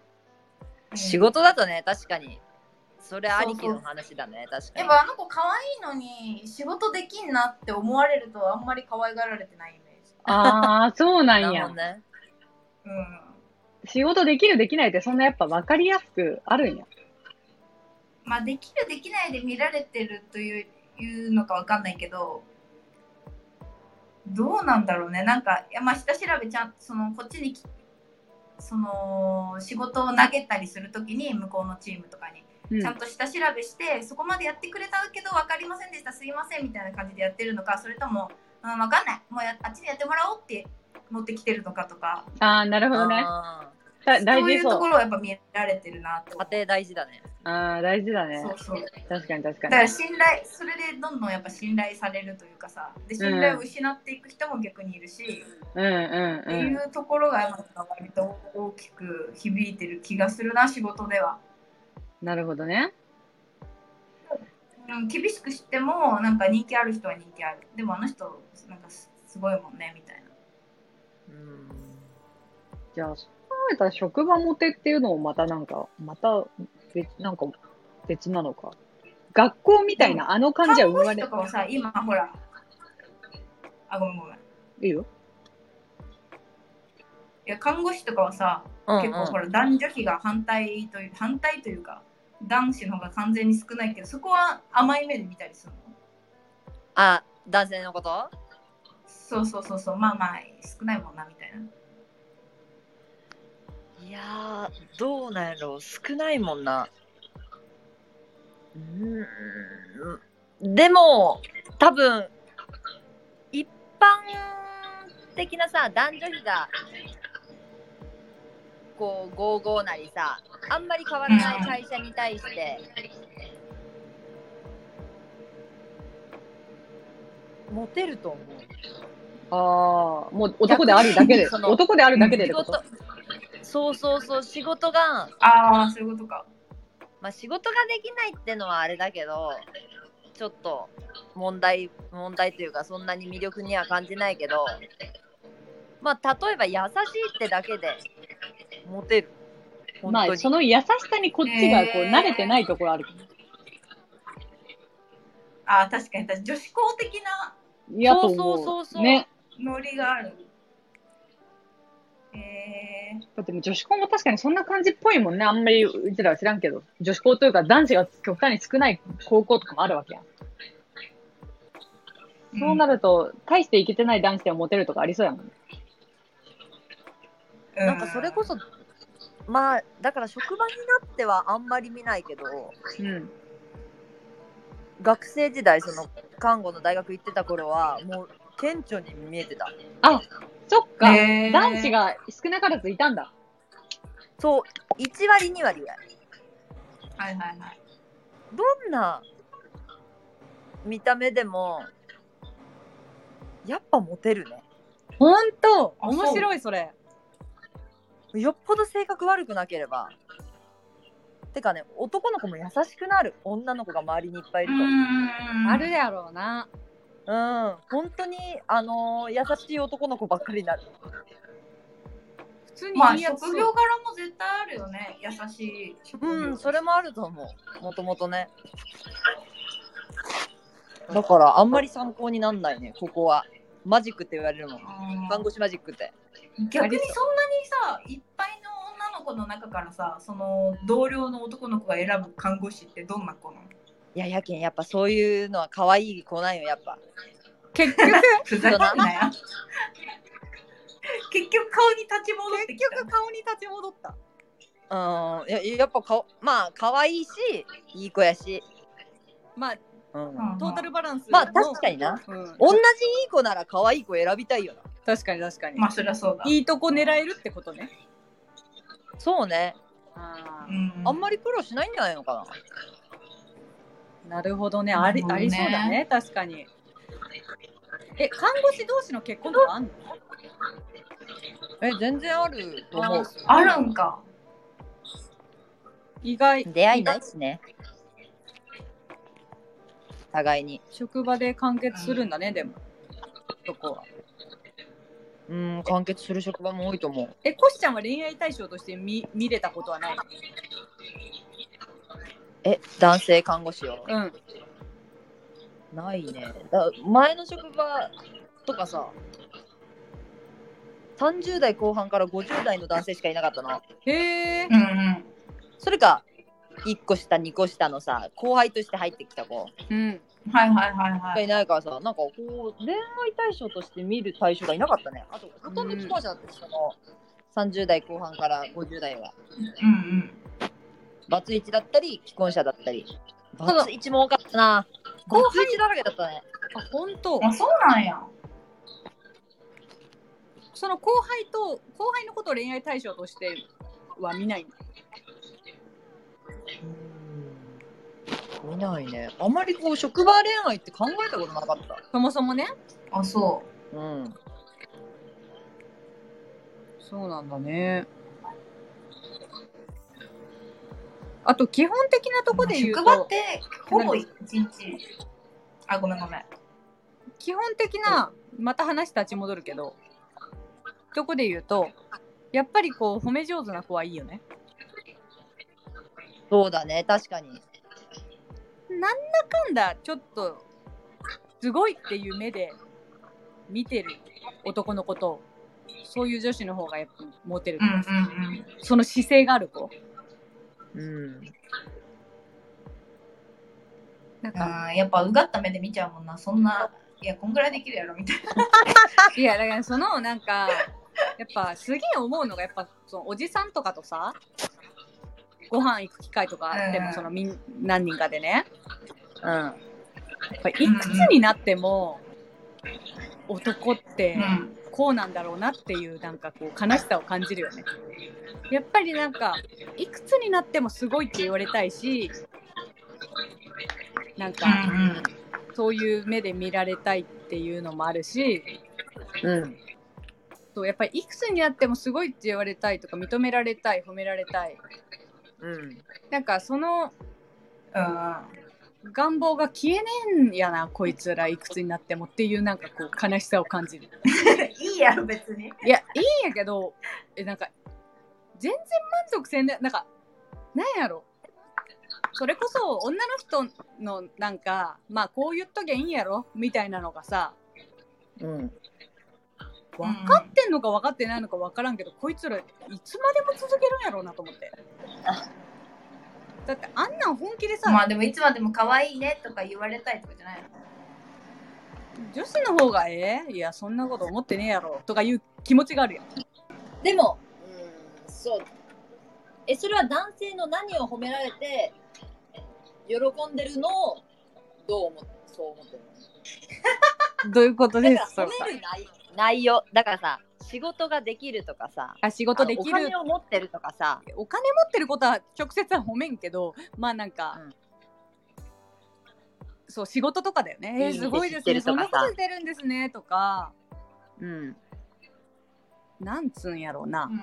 B: うん
C: 仕事だとね確かにそれありきの話だね確
B: や
C: か
B: っ
C: に
B: ぱあの子可愛いのに仕事できんなって思われるとあんまり可愛がられてないイメージ
D: ああ、そうなん
C: だ
D: や
C: もん。ね
B: うん
D: 仕事できるできないってそんなやっぱ分かりやすくあるんや。
B: まあできるできないで見られてるといういうのかわかんないけどどうなんだろうねなんかいやまあ下調べちゃんそのこっちにきその仕事を投げたりするときに向こうのチームとかに
D: うん
B: ちゃんと下調べして、そこまでやってくれたけど分かりませんでしたすいませんみたいな感じでやってるのかそれとも、うん、分かんないもうやあっちでやってもらおうって持ってきてるのかとか
D: ああ、なるほどね。
C: あ
D: だ大
B: そうい
D: 事
B: う
D: そ
B: と
D: う。
B: ころをやっぱ見られてるなと
C: ー家庭大事だね
D: ああ、大事だね
B: そ。うそう
D: 確かに確か
B: だか
D: に。
B: ら信頼それでどんどんやっぱ信頼されるというかさで信頼を失っていく人も逆にいるし、
D: うんう
B: ってい
D: ん
B: うところがなんか割と大きく響いてる気がするな仕事では、
D: うん。なるほどね。
B: うん、厳しくしてもなんか人気ある人は人気あるでもあの人なんかすすごいもんねみたいな
C: うん
D: じゃあ、そう考えたら職場モテっていうのもまたなんか、また別、なんか別なのか。学校みたいなあの感じは生
B: 看護
D: ま
B: 師
D: れ
B: とかはさ今ほらあごめんごめんい
D: いいよ。
B: や看護師とかはさ
C: うん
B: 結構ほ
C: うん
B: ら男女比が反対という反対というか男子の方が完全に少ないけどそこは甘い目で見たりするの
C: あ男性のこと
B: そうそうそうそうまあまあ少ないもんなみたいない
C: やーどうなんやろう少ないもんなうーんでも多分一般的なさ男女比がこう55なりさあんまり変わらない会社に対してモテると思う
D: ああ、もう男であるだけで、
C: 逆にその
D: 男であるだけでっ
C: 仕
D: てこと
C: 事そうそうそう仕事が
B: ああそういうことか
C: まあ、仕事ができないってのはあれだけどちょっと問題問題というかそんなに魅力には感じないけどまあ例えば優しいってだけでモテる本
D: ま
C: 当
D: あ、
C: に、
D: その優しさにこっちがこう
B: へー
D: 慣れてないところある。
B: ああ確かに確かに女子校的ない
D: やと思う。
C: そうそうそうそう
D: ね。
B: ノリがあるえー、
D: だってもう女子校も確かにそんな感じっぽいもんね。あんまりうちらは知らんけど。女子校というか男子が極端に少ない高校とかもあるわけやん。そうな
B: る、
D: ると、大していけてない男子でもモテるとかありそうやもんね。
B: う
C: なんかそれこそまあだから職場になってはあんまり見ないけど
D: うん。
C: 学生時代その看護の大学行ってた頃はもう顕著に見えてた
D: そっか。
B: えー
D: 男子が少なからずいたんだ。
C: そう1割2割ぐらい
B: はいはいはい
C: どんな見た目でもやっぱモテるね
A: ほんと
B: あそう
A: 面白いそれ。
C: よっぽど性格悪くなければてかね男の子も優しくなる女の子が周りにいっぱいいる
B: ん
C: と
A: あるやろうな。
C: うん本当にあのー優しい男の子ばっかりになる
A: 普通に
B: ま
A: い
B: あ
A: いやつ。
B: 職業柄も絶対あるよね優しい職業
C: うんそれもあると思うもともとねだからあんまり参考になんないねここはマジックって言われるも
B: う
C: ん
B: ん
C: 看護師マジックって
B: 逆にそんなにさいっぱいの女の子の中からさその同僚の男の子が選ぶ看護師ってどんな子なの
C: いややけんやっぱそういうのは可愛い子なんよやっぱ
A: 結局
B: ふざけんなよ。 結局顔に立ち戻ってき
D: 結
B: た
D: 局顔に立ち戻った
C: うん、ややっぱかまあ可愛いしいい子やし、
D: まあ
C: うん、
B: うん
D: トータルバランス
C: まあ確かにな
D: に、うん、
C: 同じいい子なら可愛い子選びたいよな
D: 確かに確かに、
B: まあそりゃそうだ
D: いいとこ狙えるってことね
C: そうね
D: あ
B: うん
C: あんまり苦労しないんじゃないのか
D: ーなるほどねあり
B: な
D: あ
B: るほど
D: り
B: ね
D: そうだね確かにえ看護師同士の結婚とかあんの
C: なえ全然あると思う
B: あるんか
D: 意外
C: 出会いないしね互いに
D: 職場で完結するんだねでもそこは
C: うん完結する職場も多いと思う
D: えコシちゃんは恋愛対象として見見れたことはない
C: え男性看護師を
D: うん
C: ないねだ前の職場とかさ30代後半から50代の男性しかいなかったな
D: へえ
B: うんうん
C: それか1個下2個下のさ後輩として入ってきた子
D: うん
B: はいはいはいは
C: が
B: い
C: いないからさなんかこう恋愛対象として見る対象がいなかったねあとほとんど既婚者だったしその30代後半から50代は
B: うんうん
C: バツイチだったり既婚者だったり
D: だ
C: バツイチも多かったな
D: 後
C: 後
D: 輩
C: 輩だらけだったね
D: あ本当
B: あそうなんや
D: その後輩と後輩のことを恋愛対象としては見ない
C: 見ないねあまりこう職場恋愛って考えたことなかっ
D: そもそもね
B: あそ
C: たうん
D: そうなんだねあと基本的な
B: う
D: とこで言う
B: 職場っ
D: と
B: てほぼ一日あごめんごめん
D: 基本的なまた話立ち戻るけどとこで言うとやっぱりこう褒め上手な子はいいよね
C: そうだね確かに
D: なんだかんだちょっとすごいっていう目で見てる男の子とそういう女子の方がやっぱモテる、
B: うんうんうん
D: その姿勢がある子
C: うん
D: なんか、
B: あーやっぱうがった目で見ちゃうもんなそんないやこんぐらいできるやろみたい
D: いやだからそのなんかやっぱすげえ思うのがやっぱそのおじさんとかとさご飯行く機会とかあって
B: う
D: も
B: ん
D: そのみん何人かでね
C: うん
D: やっぱいくつになっても男って、
B: な、うん、
D: こうなんだろうなっていうなんかこう悲しさを感じるよねやっぱりなんかいくつになってもすごいって言われたいしなんかそういう目で見られたいっていうのもあるし
C: うん
D: そうやっぱりいくつになってもすごいって言われたいとか認められたい褒められたい
C: うん
D: なんかその
B: うんうん
D: 願望が消えねえんやなこいつらいくつになってもっていうなんかこう悲しさを感じる
B: いいやろ別に
D: いや、いいんやけど、え、なんか、全然満足せんね、なんか、なんやろ。それこそ、女の人の、なんか、まあ、こう言っときゃいいんやろみたいなのがさ、
C: うん
D: 分かってんのか分かってないのか分からんけど、こいつら、いつまでも続けるんやろうなと思って。だって、あんなん本気でさ、
B: まあでもいつまでも可愛いねとか言われたいとかじゃないの
D: 女子の方がええいや、そんなこと思ってねえやろ。とかいう気持ちがあるやん。
C: でも、うん、そう。え、それは男性の何を褒められて、喜んでるのを、どう思って、そう思ってる
D: どういうこと
C: の
D: で
C: だ
D: す
C: から褒める内内容、だからさ、仕事ができるとかさ、
D: あ、仕事でき
C: お
D: る
C: 金を持ってるとかさ、
D: お金持ってることは直接は褒めんけどまあなんか、
C: うん
D: そう仕事とかだよねえ
C: いい
D: ー
C: 店
D: すごいです
C: 知って
D: ね
C: る
D: そ
C: と
D: ん
C: か
D: な
C: さ
D: こと出るんですねとか
C: うん、
D: なんつうんやろうな、
B: うん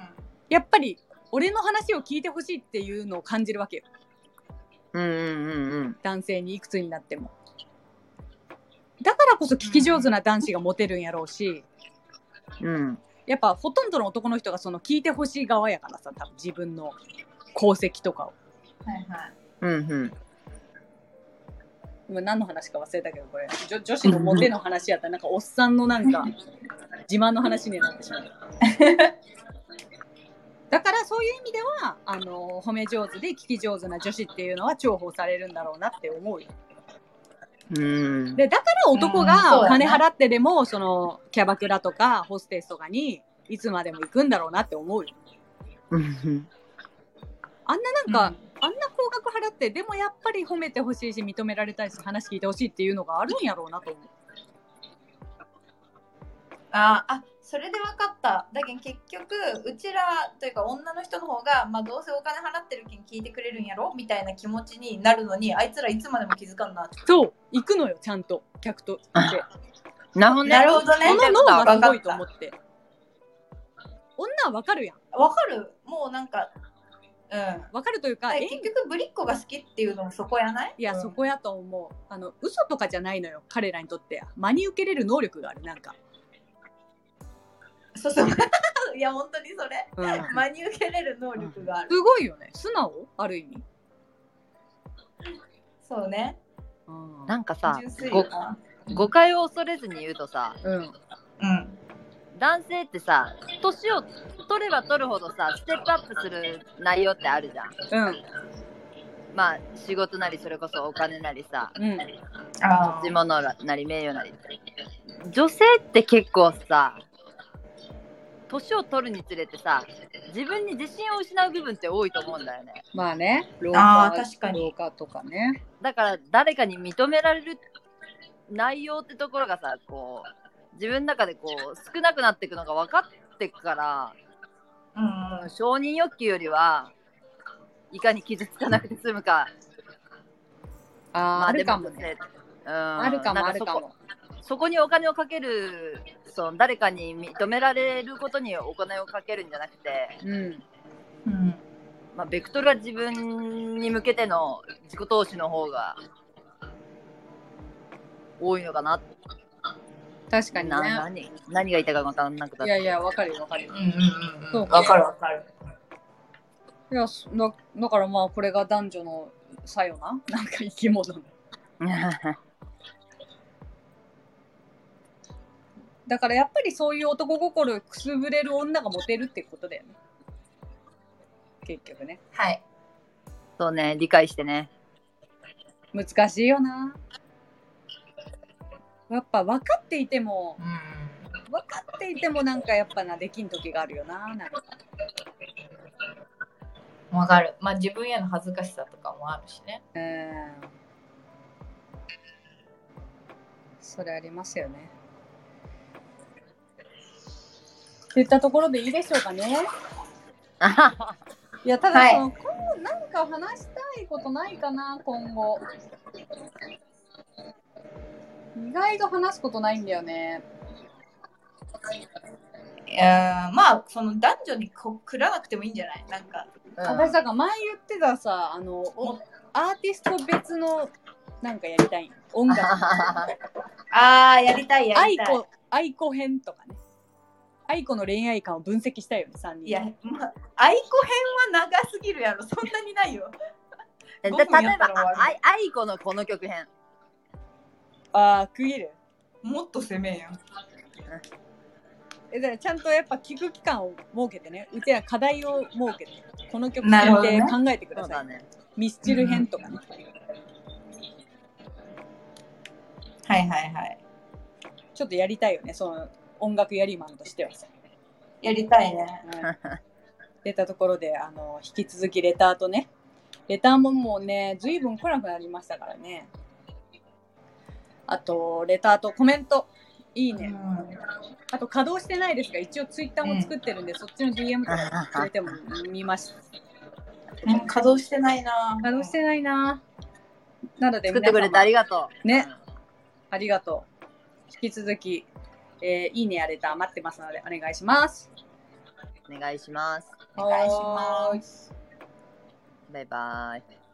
D: やっぱり俺の話を聞いてほしいっていうのを感じるわけよ
C: うんうんうんうん。
D: 男性にいくつになってもだからこそ聞き上手な男子がモテるんやろうし
C: うん、
D: やっぱほとんどの男の人がその聞いてほしい側やからさ多分自分の功績とかを
B: はいはい
C: うん、うん。
D: 今何の話か忘れたけどこれ女女子のモテの話やったらなんかおっさんのなん か自慢の話になってしまう だからそういう意味ではあの褒め上手で聞き上手な女子っていうのは重宝されるんだろうなって思うよ
C: うん
D: でだから男
B: うんそう
D: がお
B: だね
D: 金払ってでもそのキャバクラとかホステスとかにいつまでも行くんだろうなって思うよ。
C: うん
D: あんななんか、あんな高額払ってでもやっぱり褒めてほしいし認められたいし話聞いてほしいっていうのがあるんやろうなと思う。
B: ああそれで分かっただけど結局うちらというか女の人の方が、まあ、どうせお金払ってるけん聞いてくれるんやろみたいな気持ちになるのにあいつらいつまでも気づかんなって
D: そう行くのよちゃんと客と して。
C: なるほどね
B: なるほどね
D: この脳が
B: わかっ
D: す
B: た
D: ごいと思って。女はわかるやん。
B: 分かるもうなんかうん
D: わかるというか、
B: だけ
D: 演
B: ど結局ぶりっ子が好きっていうのもそこやない
D: いや、
B: うん
D: そこやと思う。あの、嘘とかじゃないのよ、彼らにとっては。真に受けれる能力がある、なんか。
B: そうそういや本当にそれ
D: うん、
B: 真に受けれる能力がある、
D: すごいよね。素直ある意味。
B: そうね
D: うん
C: なんかさ
B: 純粋
C: ご
B: よな
C: 誤解を恐れずに言うとさ
D: うん、
B: うん
C: 男性ってさ年を取れば取るほどさステップアップする内容ってあるじゃん
D: うん、
C: まあ仕事なりそれこそお金なりさ
D: うん。
B: あ
C: 持ち物なり名誉なり女性って結構さ年を取るにつれてさ自分に自信を失う部分って多いと思うんだよね
D: まあね、老
B: あ
D: 化
B: ー確かに
D: 老化とかね。
C: だから誰かに認められる内容ってところがさこう自分の中でこう少なくなっていくのが分かってくから
B: ーうんうん
C: 承認欲求よりはいかに傷つかなくて済むか、
D: あー、
C: ま
D: あ、る
C: で
D: かもね。、
C: うん、
D: あ
C: あ
D: るかも、あるかも。
C: そこそこにお金をかけるその誰かに認められることにお金をかけるんじゃなくて、
D: うん、
B: うん
C: まあ、ベクトルは自分に向けての自己投資の方が多いのかな
D: 確かに
C: な
D: ね。
C: 何何が言いたいか分からなくなっ
D: い
C: た
D: やいや、わかるよ、わかるよ。
B: うんうん
D: そううんか
B: わかるわかる
D: いや、そだだからまあ、これが男女の差よな。なんか生き物の。だからやっぱりそういう男心くすぶれる女がモテるってことだよね。結局ね。
B: はい
C: そうね理解し てね
D: 難しいよな。やっぱ分かっていても、分かっていてもなんかやっぱな、できん時があるよな。なんか
B: うんわかるまあ自分への恥ずかしさとかもあるしね
D: うん。それありますよね。といったところでいいでしょうかね。
C: あははい
D: や、ただ、
B: はい
D: その今後なんか話したいことないかな、今後。意外と話すことないんだよね。
B: いやーまあその男女にこくらなくてもいいんじゃないなんか、
D: 私だから前言ってたさ、あの、おアーティスト別のなんかやりたい。音 楽。
B: ああやりたいや
D: 愛
B: りたい
D: 子、愛子編とかね。愛子の恋愛観を分析したいよね、3人。
B: いや、まあ、愛子編は長すぎるやろそんなにないよ
C: え
B: 僕
C: じゃ
B: も
C: あ例
B: や
C: え
B: った
C: ば
B: ら終わる
C: あい愛子のこの曲編
D: ああ、区切る。
B: もっと攻めえよ
D: えだからちゃんとやっぱ聞く期間を設けてね、うちら課題を設けて、この曲
B: なる
D: 聞
B: ほ
D: い
B: ど
D: て
B: ね
D: 考えてく
C: そ
D: だ
C: う
D: さ
C: だ
D: い。
C: ね
D: ミスチル編とかね。
B: はいはいはい
D: ちょっとやりたいよね、その音楽やりマンとしてはさ。
B: やりたいね
D: 出たところで、あの、引き続きレターとね、レターももうね、ずいぶん来なくなりましたからね。あと、レターとコメント、いいね。あと、稼働してないですが、一応ツイッターも作ってるんで、そっちの DM とかくれても見ました。
B: うん、稼働してないな
D: 稼働してないななので、
C: 作ってくれてありがとう
D: ねありがとう。引き続き、えーいいねやれた待ってますので、お願いします。。
C: うんお願いします
B: お願いします
C: バイバイ